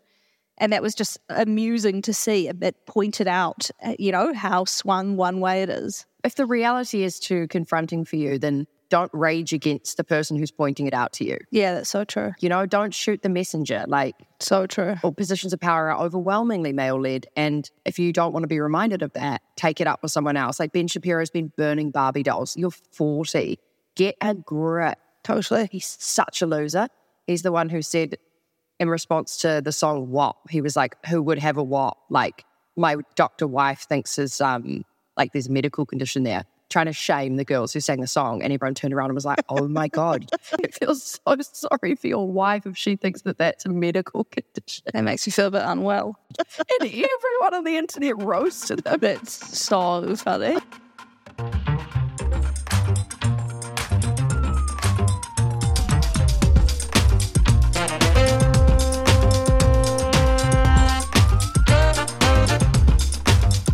and that was just amusing to see. It pointed out, uh, you know, how swung one way it is. if the reality is too confronting for you, then don't rage against the person who's pointing it out to you. Yeah, that's so true. You know, don't shoot the messenger. Like, So true. or positions of power are overwhelmingly male led. And if you don't want to be reminded of that, take it up with someone else. Like Ben Shapiro's been burning Barbie dolls. You're 40. Get a grip. Totally. He's such a loser. He's the one who said, in response to the song WAP, he was like, Who would have a WAP? Like, my doctor wife thinks is um, like there's a medical condition there, trying to shame the girls who sang the song. And everyone turned around and was like, oh my God, it feels so sorry for your wife if she thinks that that's a medical condition. That makes me feel a bit unwell. And everyone on the internet roasted them. It's So funny.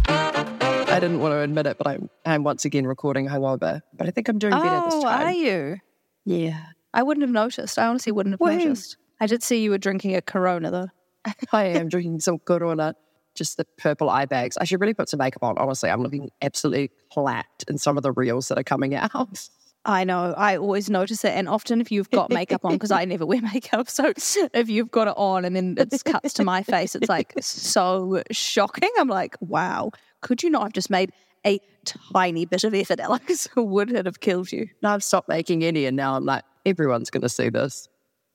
I didn't want to admit it, but I'm, I'm once again recording Howoba. But I think I'm doing better this Oh, time. are you? yeah. I wouldn't have noticed. I honestly wouldn't have Wait. noticed. I did see you were drinking a Corona though. I am drinking some Corona, just the purple eye bags. I should really put some makeup on. Honestly, I'm looking absolutely clapped in some of the reels that are coming out. I know. I always notice it, and often if you've got makeup on, because I never wear makeup, so if you've got it on and then it cuts to my face, it's like so shocking. I'm like, wow, could you not have just made a tiny bit of effort, Alex? Would it have killed you? Now I've stopped making any, and now I'm like, everyone's going to see this.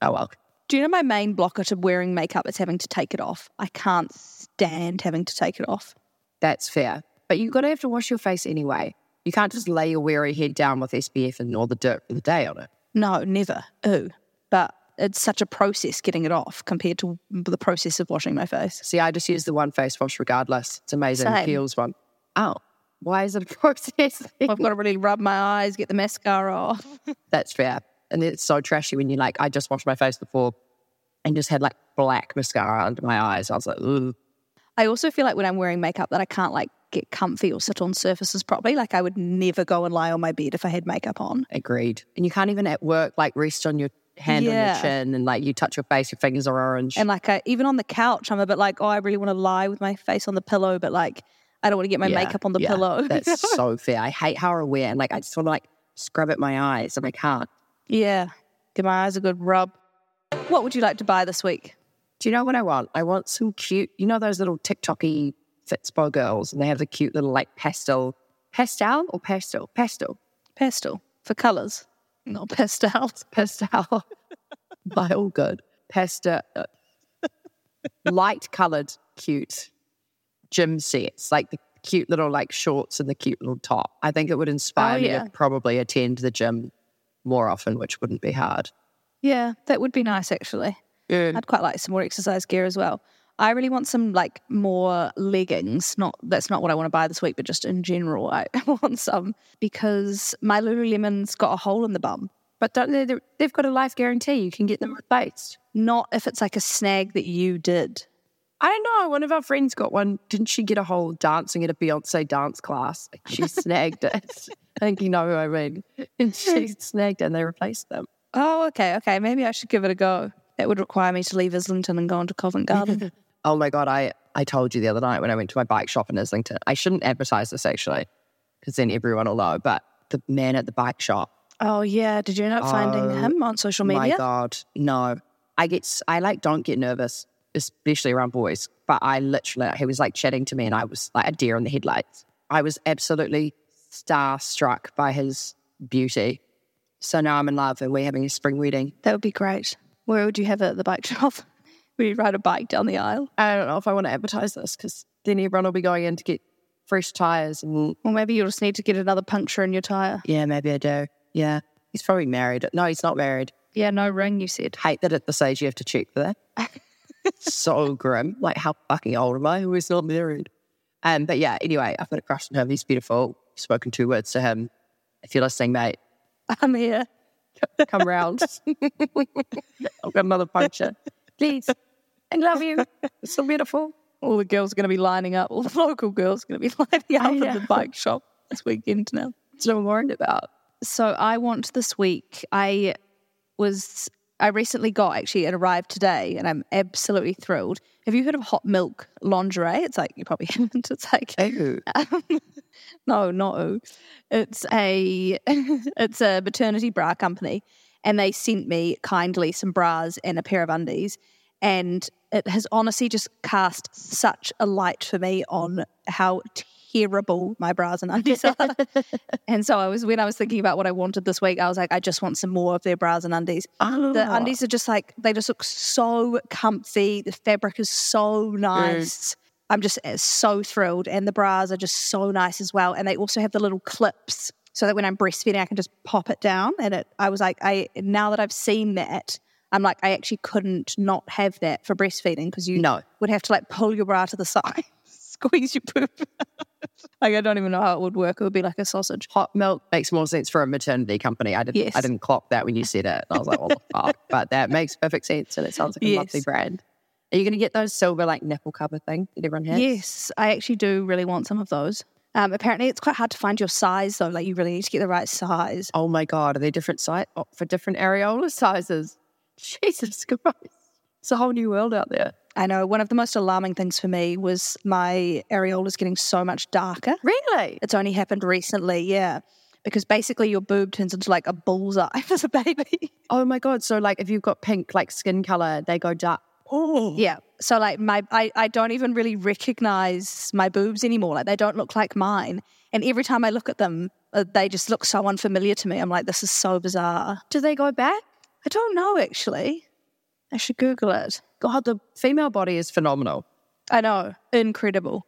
Oh well. Do you know my main blocker to wearing makeup is having to take it off? I can't stand having to take it off. That's fair. But you're going to have to wash your face anyway. You can't just lay your weary head down with SPF and all the dirt for the day on it. No, never. Ooh. But it's such a process getting it off compared to the process of washing my face. See, I just use the one face wash regardless. It's amazing. Same. Peels one. Oh, why is it a process? I've got to really rub my eyes, get the mascara off. That's fair. And it's so trashy when you're like, I just washed my face before and just had like black mascara under my eyes. I was like, ooh. I also feel like when I'm wearing makeup that I can't like get comfy or sit on surfaces properly. Like I would never go and lie on my bed if I had makeup on. Agreed. And you can't even at work like rest on your hand on Yeah. your chin and like you touch your face, your fingers are orange. And like I, even on the couch, I'm a bit like, oh, I really want to lie with my face on the pillow, but like I don't want to get my Yeah, makeup on the yeah. pillow. That's so fair. I hate how aware and like I just want to like scrub at my eyes and I can't. yeah, give my eyes a good rub. What would you like to buy this week? Do you know what I want? I want some cute, you know those little TikToky Fitspo girls and they have the cute little like pastel, pastel or pastel, pastel, Pastel for colours, not pastels. pastel. My all good. uh, Pastel. Light colored, cute gym sets, like the cute little like shorts and the cute little top. I think it would inspire yeah. me to probably attend the gym more often, which wouldn't be hard. Yeah, that would be nice actually. Mm. I'd quite like some more exercise gear as well. I really want some like more leggings. Not that's not what I want to buy this week, but just in general, I want some because my Lululemon's got a hole in the bum. But don't they? they- They've got a life guarantee. You can get them replaced. Not if it's like a snag that you did. I don't know. One of our friends got one. Didn't she get a whole dancing at a Beyonce dance class? She snagged it. I think you know who I mean. And she snagged it and they replaced them. Oh, okay, okay. Maybe I should give it a go. That would require me to leave Islington and go on to Covent Garden. Oh my God. I, I told you the other night when I went to my bike shop in Islington. I shouldn't advertise this actually because then everyone will know. But the man at the bike shop, oh yeah, did you end up finding Oh, him on social my media? God, no. I get, s- I like don't get nervous, especially around boys. But I literally, he was like chatting to me and I was like a deer in the headlights. I was absolutely starstruck by his beauty. So now I'm in love and we're having a spring wedding. That would be great. Where would you have it at the bike shop? would you ride a bike down the aisle? I don't know if I want to advertise this because then everyone will be going in to get fresh tires. And Or maybe you'll just need to get another puncture in your tire. yeah, maybe I do. Yeah. He's probably married. No, he's not married. Yeah, no ring. You said. Hate that at this age you have to check for that. so grim. Like, how fucking old am I? Who is not married? Um, but yeah, anyway, I've got a crush on him. He's beautiful. Spoken two words to him. If you're listening, mate, I'm here. come round. I've got another puncture. Please. I love you. It's so beautiful. All the girls are going to be lining up. All the local girls are going to be lining up yeah. at the bike shop this weekend now. That's what I'm worried about. So I want this week. I was. I recently got actually it arrived today, and I'm absolutely thrilled. Have you heard of hot milk lingerie? It's like you probably haven't. It's like Ooh. no, not ooh. It's a it's a maternity bra company, and they sent me kindly some bras and a pair of undies, and it has honestly just cast such a light for me on how terrible my bras and undies are. and so I was when I was thinking about what I wanted this week, I was like, I just want some more of their bras and undies. The Oh. undies are just like they just look so comfy. The fabric is so nice. I'm just uh, so thrilled. And the bras are just so nice as well. And they also have the little clips so that when I'm breastfeeding, I can just pop it down. And it, I was like, I now that I've seen that, I'm like, I actually couldn't not have that for breastfeeding because you No. would have to like pull your bra to the side, squeeze your poop. like I don't even know how it would work. It would be like a sausage. Hot milk makes more sense for a maternity company. I didn't Yes. I didn't clock that when you said it. And I was like, well, fuck, but that makes perfect sense and it sounds like a lovely Yes. brand. Are you gonna get those silver like nipple cover thing that everyone has? Yes, I actually do really want some of those. Um, apparently, it's quite hard to find your size though. Like you really need to get the right size. Oh my God, are they different size oh, for different areola sizes? Jesus Christ. It's a whole new world out there. I know one of the most alarming things for me was my areolas getting so much darker. Really? It's only happened recently, yeah. Because basically your boob turns into like a bullseye as a baby. Oh my God. So like if you've got pink like skin color, they go dark. Oh. Yeah. So like my I, I don't even really recognize my boobs anymore. Like they don't look like mine. And every time I look at them, uh, they just look so unfamiliar to me. I'm like, this is so bizarre. Do they go back? I don't know actually. I should Google it. God, the female body is phenomenal. I know. Incredible.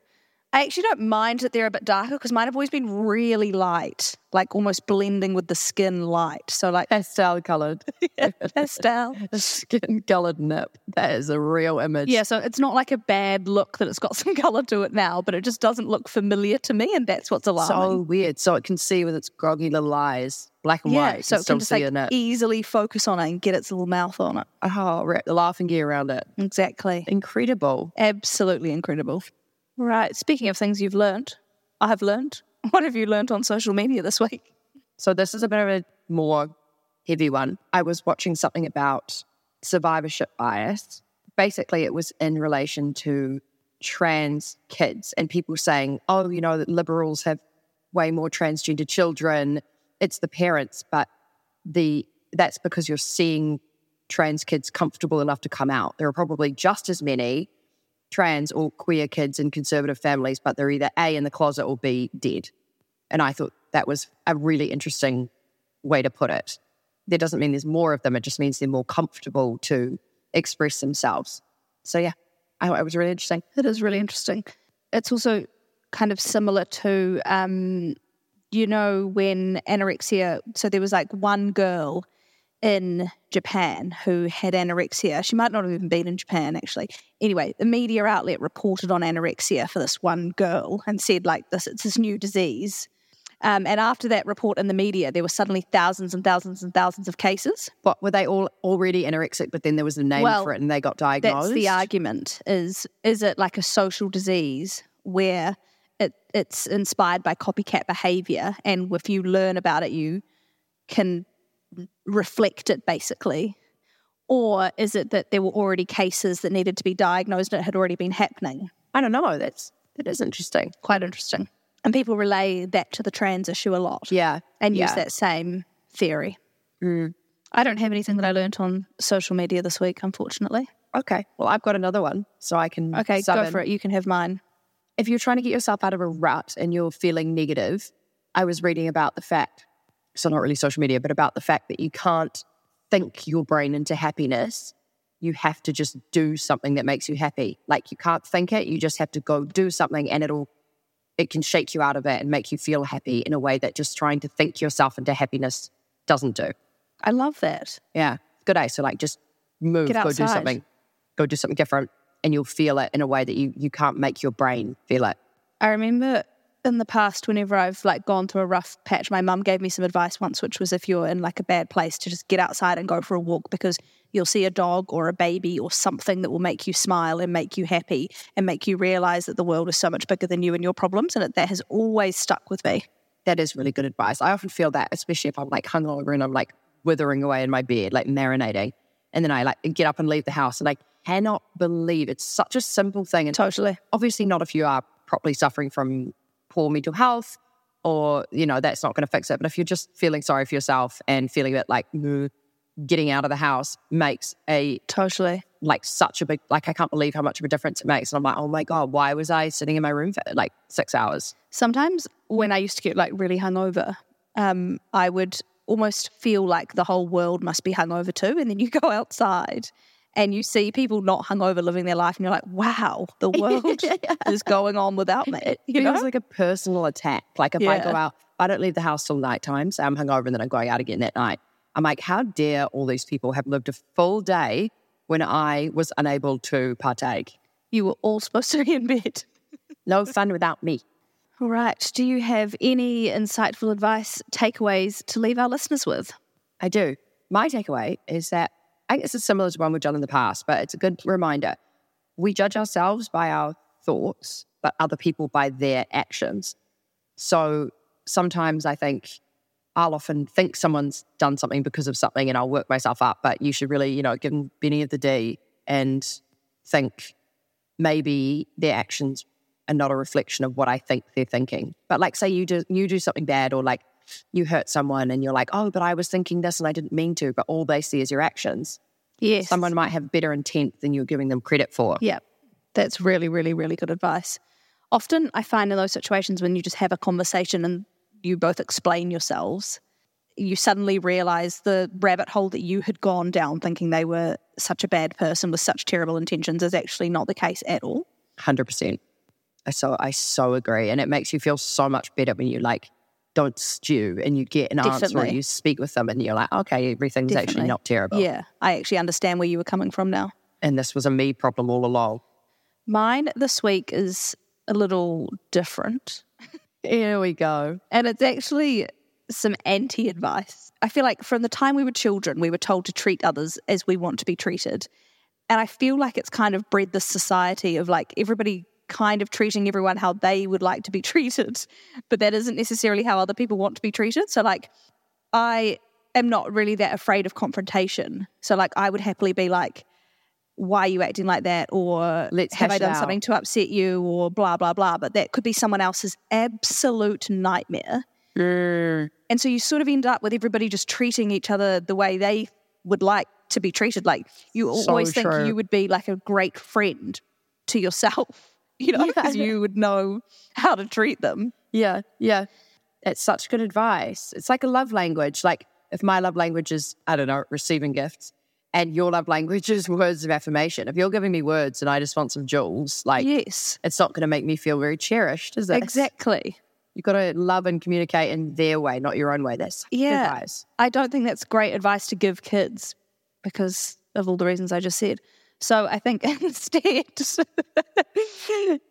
I actually don't mind that they're a bit darker because mine have always been really light, like almost blending with the skin light. So like Pastel colored. pastel. skin colored nip. That is a real image. Yeah, so it's not like a bad look that it's got some colour to it now, but it just doesn't look familiar to me, and that's what's So alarming. weird. So it can see with its groggy little eyes, black and yeah, white. so can it still can just see like in it. easily focus on it and get its little mouth on it. oh, wrap the laughing gear around it. Exactly. Incredible. Absolutely incredible. Right. Speaking of things you've learned, I have learned. What have you learned on social media this week? So this is a bit of a more heavy one. I was watching something about survivorship bias. Basically, it was in relation to trans kids and people saying, oh, you know, that liberals have way more transgender children. It's the parents, but the that's because you're seeing trans kids comfortable enough to come out. There are probably just as many trans or queer kids in conservative families, but they're either A in the closet or B dead. And I thought that was a really interesting way to put it. That doesn't mean there's more of them, it just means they're more comfortable to express themselves. So, yeah, I thought it was really interesting. It is really interesting. It's also kind of similar to, um, you know, when anorexia. So there was like one girl in Japan who had anorexia. She might not have even been in Japan, actually. Anyway, the media outlet reported on anorexia for this one girl and said, like, this it's this new disease. Um, and after that report in the media, there were suddenly thousands and thousands and thousands of cases. But were they all already anorexic, but then there was a name Well, for it and they got diagnosed? That's the argument. Is is it like a social disease where it it's inspired by copycat behavior, and if you learn about it, you can reflect it basically, or is it that there were already cases that needed to be diagnosed and it had already been happening? I don't know. That's, that is interesting. Quite interesting. And people relay that to the trans issue a lot Yeah. and yeah. use that same theory. Mm. I don't have anything that I learnt on social media this week, unfortunately. Okay. Well, I've got another one. So I can. Okay, sub go in. for it. You can have mine. if you're trying to get yourself out of a rut and you're feeling negative, I was reading about the fact, so not really social media, but about the fact that you can't think your brain into happiness. You have to just do something that makes you happy. Like you can't think it, you just have to go do something and it'll, it can shake you out of it and make you feel happy in a way that just trying to think yourself into happiness doesn't do. I love that. Yeah. Good day. So like just move, Get go do outside. something, go do something different and you'll feel it in a way that you, you can't make your brain feel it. I remember in the past, whenever I've like gone through a rough patch, my mum gave me some advice once, which was if you're in like a bad place, to just get outside and go for a walk because you'll see a dog or a baby or something that will make you smile and make you happy and make you realize that the world is so much bigger than you and your problems. And it, that has always stuck with me. that is really good advice. I often feel that, especially if I'm like hungover and I'm like withering away in my bed, like marinating. And then I like get up and leave the house and I cannot believe it's such a simple thing. And Totally. obviously not if you are properly suffering from poor mental health or, you know, that's not going to fix it. But if you're just feeling sorry for yourself and feeling a bit like "Meh," getting out of the house makes a Totally. like such a big, like I can't believe how much of a difference it makes. And I'm like, oh my God, why was I sitting in my room for like six hours? Sometimes when I used to get like really hungover, um, I would almost feel like the whole world must be hungover too. And then you go outside and you see people not hungover living their life, and you're like, wow, the world is going on without me. It You know? feels like a personal attack. Like if I go Yeah. out, if I don't leave the house till nighttime, so I'm hungover and then I'm going out again that night. I'm like, how dare all these people have lived a full day when I was unable to partake? you were all supposed to be in bed. No fun without me. All right. Do you have any insightful advice, takeaways to leave our listeners with? I do. My takeaway is that I think this is similar to one we've done in the past, but it's a good reminder. We judge ourselves by our thoughts, but other people by their actions. So sometimes I think I'll often think someone's done something because of something and I'll work myself up, but you should really, you know, give them Benny of the D and think maybe their actions are not a reflection of what I think they're thinking. But like say you do you do something bad or like you hurt someone and you're like, oh, but I was thinking this and I didn't mean to, but all they see is your actions. Yes. Someone might have better intent than you're giving them credit for. Yeah, that's really, really, really good advice. Often I find in those situations when you just have a conversation and you both explain yourselves, you suddenly realize the rabbit hole that you had gone down thinking they were such a bad person with such terrible intentions is actually not the case at all. Hundred percent. I so I so agree. And it makes you feel so much better when you like don't stew and you get an answer or Definitely. you speak with them and you're like, okay, everything's actually Definitely. not terrible. Yeah, I actually understand where you were coming from now. And this was a me problem all along. Mine this week is a little different. Here we go. And it's actually some anti advice. I feel like from the time we were children, we were told to treat others as we want to be treated. And I feel like it's kind of bred this society of like everybody kind of treating everyone how they would like to be treated, but that isn't necessarily how other people want to be treated. So, like, I am not really that afraid of confrontation. So, like, I would happily be like, why are you acting like that? Or Let's have hash I it done out. something to upset you? Or blah, blah, blah. But that could be someone else's absolute nightmare. And so you sort of end up with everybody just treating each other the way they would like to be treated. Like you So always think true. you would be like a great friend to yourself, you know, Yeah. because you would know how to treat them. Yeah, yeah. It's such good advice. It's like a love language. Like if my love language is, I don't know, receiving gifts and your love language is words of affirmation. If you're giving me words and I just want some jewels, like Yes, it's not going to make me feel very cherished, is it? exactly. You've got to love and communicate in their way, not your own way. That's such good Yeah. advice. I don't think that's great advice to give kids because of all the reasons I just said. So I think instead,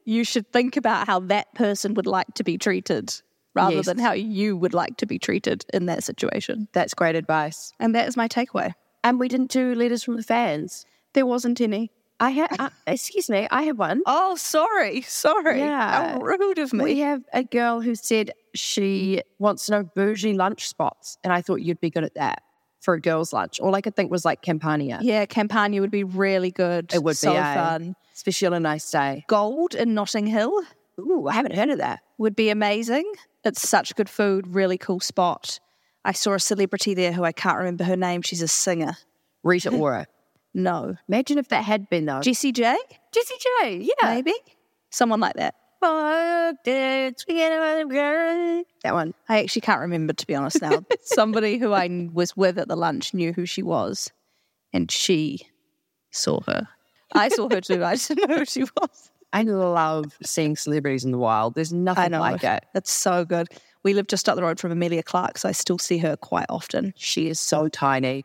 you should think about how that person would like to be treated rather Yes. than how you would like to be treated in that situation. That's great advice. And that is my takeaway. And we didn't do letters from the fans. There wasn't any. I had, uh, excuse me, I had one. Oh, sorry, sorry. Yeah. How rude of me. We have a girl who said she wants to know bougie lunch spots, and I thought you'd be good at that for a girls' lunch. All I could think was like Campania, yeah, Campania would be really good. It would be, so eh? fun. especially on a nice day. Gold in Notting Hill Ooh, I haven't heard of that. would be amazing. It's such good food, really cool spot. I saw a celebrity there who I can't remember her name. She's a singer. Rita Ora. No. Imagine if that had been though. Jessie J, Jessie J, yeah. maybe? Someone like that. That one. I actually can't remember, to be honest now. Somebody who I kn- was with at the lunch knew who she was, and she saw her. I saw her too. I didn't know who she was. I love seeing celebrities in the wild. There's nothing I know. like it. That's so good. We live just up the road from Amelia Clark, so I still see her quite often. She is so tiny.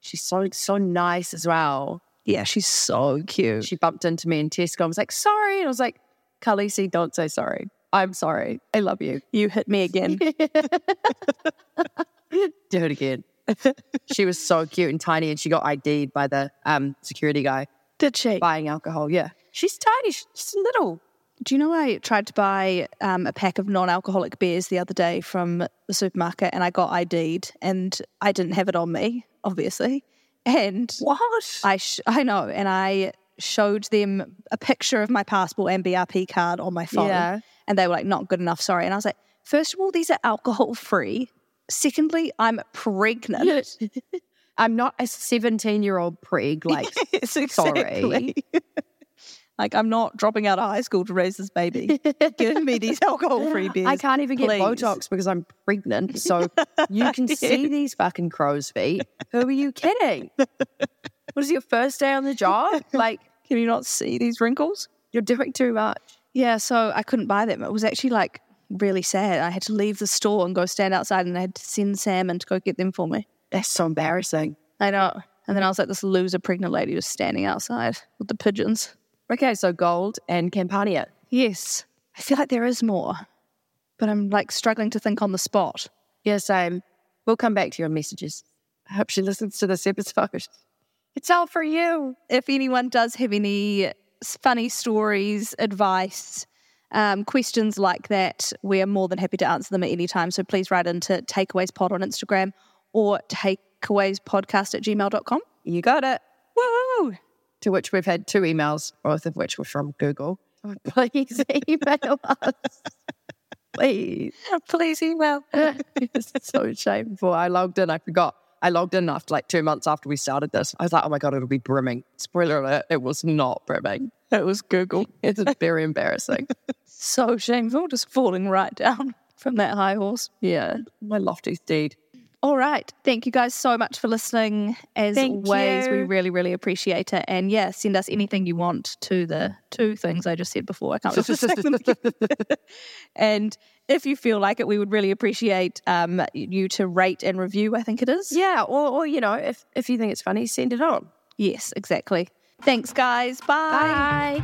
She's so so nice as well. Yeah, she's so cute. She bumped into me in Tesco and was like, sorry. And I was like, Khaleesi, don't say sorry. I'm sorry. I love you. You hit me again. Do it again. she was so cute and tiny and she got ID'd by the um, security guy Did she? buying alcohol. Yeah. She's tiny. She's little. Do you know I tried to buy um, a pack of non-alcoholic beers the other day from the supermarket, and I got ID'd, and I didn't have it on me, obviously. And What? I sh- I know, and I showed them a picture of my passport and BRP card on my phone, Yeah. and they were like, "Not good enough, sorry." And I was like, first of all, these are alcohol free. Secondly, I'm pregnant." I'm not a 17 year old prig. Like, Yes, sorry. like I'm not dropping out of high school to raise this baby. Give me these alcohol-free beers. I can't even get please. Botox because I'm pregnant. So you can see these fucking crow's feet. Who are you kidding? What is your first day on the job? Like, Can you not see these wrinkles? you're doing too much. Yeah, so I couldn't buy them. It was actually like really sad. I had to leave the store and go stand outside and I had to send Sam in to go get them for me. That's so embarrassing. I know. And then I was like this loser pregnant lady just standing outside with the pigeons. Okay, so gold and Campania. Yes. I feel like there is more. But I'm like struggling to think on the spot. Yeah, same. We'll come back to your messages. I hope she listens to this episode. It's all for you. If anyone does have any s- funny stories, advice, um, questions like that, we are more than happy to answer them at any time. So please write into takeaways pod on Instagram or takeawayspodcast at gmail.com. You got it. Woo! To which we've had two emails, both of which were from Google. Please email us. Please. Please email. It's so shameful. I logged in. I forgot. I logged in after like two months after we started this. I was like, oh my God, it'll be brimming. Spoiler alert, it was not brimming. It was Google. It's very embarrassing. So shameful, just falling right down from that high horse. Yeah, my lofty steed. All right. Thank you guys so much for listening. As Thank always, we you. really, really appreciate it. And yeah, send us anything you want to the two things I just said before. I can't remember. the second one. and if you feel like it, we would really appreciate um, you to rate and review, I think it is. yeah, or, or you know, if, if you think it's funny, send it on. Yes, exactly. Thanks, guys. Bye.